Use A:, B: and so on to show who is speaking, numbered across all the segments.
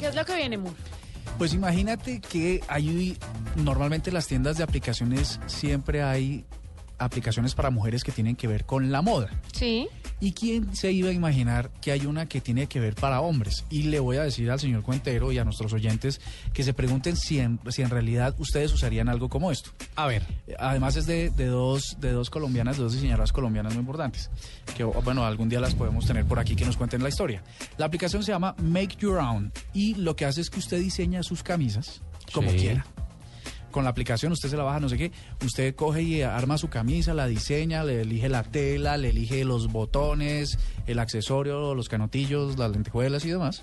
A: es lo que viene, Moore?
B: Pues imagínate que hay normalmente las tiendas de aplicaciones siempre hay aplicaciones para mujeres que tienen que ver con la moda.
A: Sí.
B: ¿Y quién se iba a imaginar que hay una que tiene que ver para hombres? Y le voy a decir al señor Cuentero y a nuestros oyentes que se pregunten si en, si en realidad ustedes usarían algo como esto. Eh,
C: A ver.
B: Además es de, de dos, de dos colombianas, de dos diseñadoras colombianas muy importantes, que bueno, algún día las podemos tener por aquí que nos cuenten la historia. La aplicación se llama Make Your Own y lo que hace es que usted diseña sus camisas como
C: Sí.
B: quiera con la aplicación usted se la baja, no sé qué, usted coge y arma su camisa, la diseña, le elige la tela, le elige los botones, el accesorio, los canotillos, las lentejuelas y demás.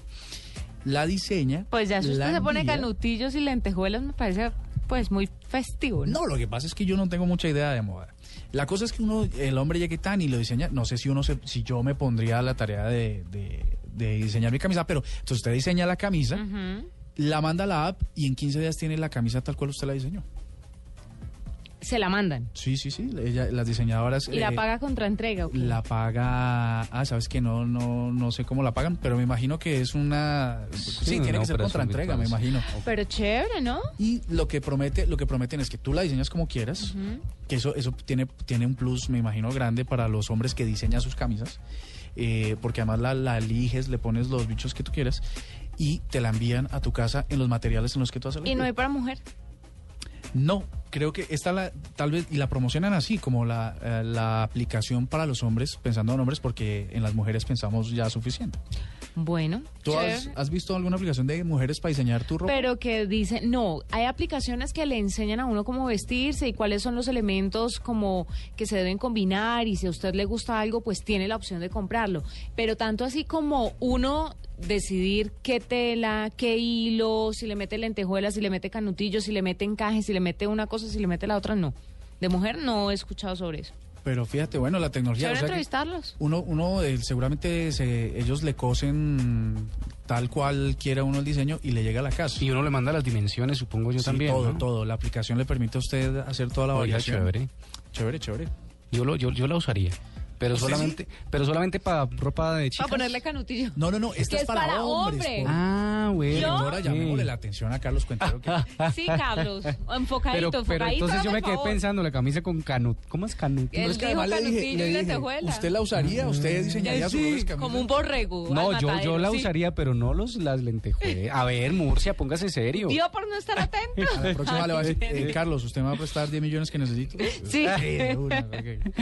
B: La diseña.
D: Pues ya si usted
B: la
D: se pone
B: envía.
D: canutillos y lentejuelas, me parece pues muy festivo. ¿no?
B: No, lo que pasa es que yo no tengo mucha idea de moda. La cosa es que uno, el hombre llegue tan y lo diseña. No sé si uno se- si yo me pondría a la tarea de, de- de diseñar mi camisa, pero entonces usted diseña la camisa,
D: Ujú.
B: la manda a la app y en 15 días tiene la camisa tal cual usted la diseñó.
D: Se la mandan.
B: Sí, sí, sí. ella- las diseñadoras.
D: Y la
B: eh,
D: paga contra entrega. ¿o qué?
B: La paga, ah, sabes que no, no, no sé cómo la pagan, pero me imagino que es una, sí, tiene
C: una
B: que ser contra
C: operación
B: entrega, me
C: virtual, sí.
B: imagino.
A: Pero chévere, ¿no?
B: Y lo que promete, lo que prometen es que tú la diseñas como quieras, que eso, eso tiene, tiene un plus, me imagino, grande para los hombres que diseñan sus camisas, eh, porque además la, la eliges, le pones los bichos que tú quieras y te la envían a tu casa en los materiales en los que tú has elegido.
A: Y no hay para mujer.
B: No, creo que esta la, tal vez, y la promocionan así, como la, eh, la aplicación para los hombres, pensando en hombres, porque en las mujeres pensamos ya suficiente.
D: Bueno,
B: ¿Tú has, has visto alguna aplicación de mujeres para diseñar tu ropa?
A: Pero que dicen, no, hay aplicaciones que le enseñan a uno cómo vestirse y cuáles son los elementos como que se deben combinar y si a usted le gusta algo, pues tiene la opción de comprarlo. Pero tanto así como uno decidir qué tela, qué hilo, si le mete lentejuelas, si le mete canutillo, si le mete encaje, si le mete una cosa, si le mete la otra, no. De mujer no he escuchado sobre eso.
B: Pero fíjate, bueno, la tecnología...
A: Chévere
B: o sea que
A: entrevistarlos.
B: uno, uno eh, seguramente se- ellos le cosen tal cual quiera uno el diseño y le llega a la casa.
C: Y uno le manda las dimensiones, supongo yo
B: Sí,
C: también.
B: todo,
C: ¿no?
B: todo. La aplicación le permite a usted hacer toda la
C: Oiga,
B: variación.
C: chévere.
B: Chévere, chévere.
C: Yo, lo, yo, yo la usaría. Pero
B: ¿Usted
C: solamente, pero solamente para ropa de chicas.
A: Para ponerle canutillo.
B: No, no, no, esta
A: Que es
B: es,
A: para
B: hombres.
A: hombres.
B: por-
C: Ah, bueno.
B: Ahora llamémosle la atención a Carlos Cuentero que
A: Sí, Carlos. Enfocadito,
C: Pero,
A: enfocadito.
C: pero entonces yo
A: por
C: me quedé
A: favor.
C: pensando, la camisa con canut. ¿Cómo es canut?
A: El-
B: No,
A: Él
B: es que
A: dijo
B: además le dije,
A: canutillo y
B: le dije,
A: lentejuela. Mm. Eh,
B: ¿usted la usaría? ¿Usted diseñaría sus
C: Sí,
B: propias camisas?
A: Como un borrego.
C: No,
A: al
C: yo, yo la
A: matadero, sí.
C: usaría, pero no los, las lentejuelas. A ver, Murcia, póngase serio.
A: Yo por no estar atento.
B: A eh, la próxima le va a decir, eh, Carlos, ¿usted me va a prestar 10 millones que necesito?
A: Sí.
B: de una, ok.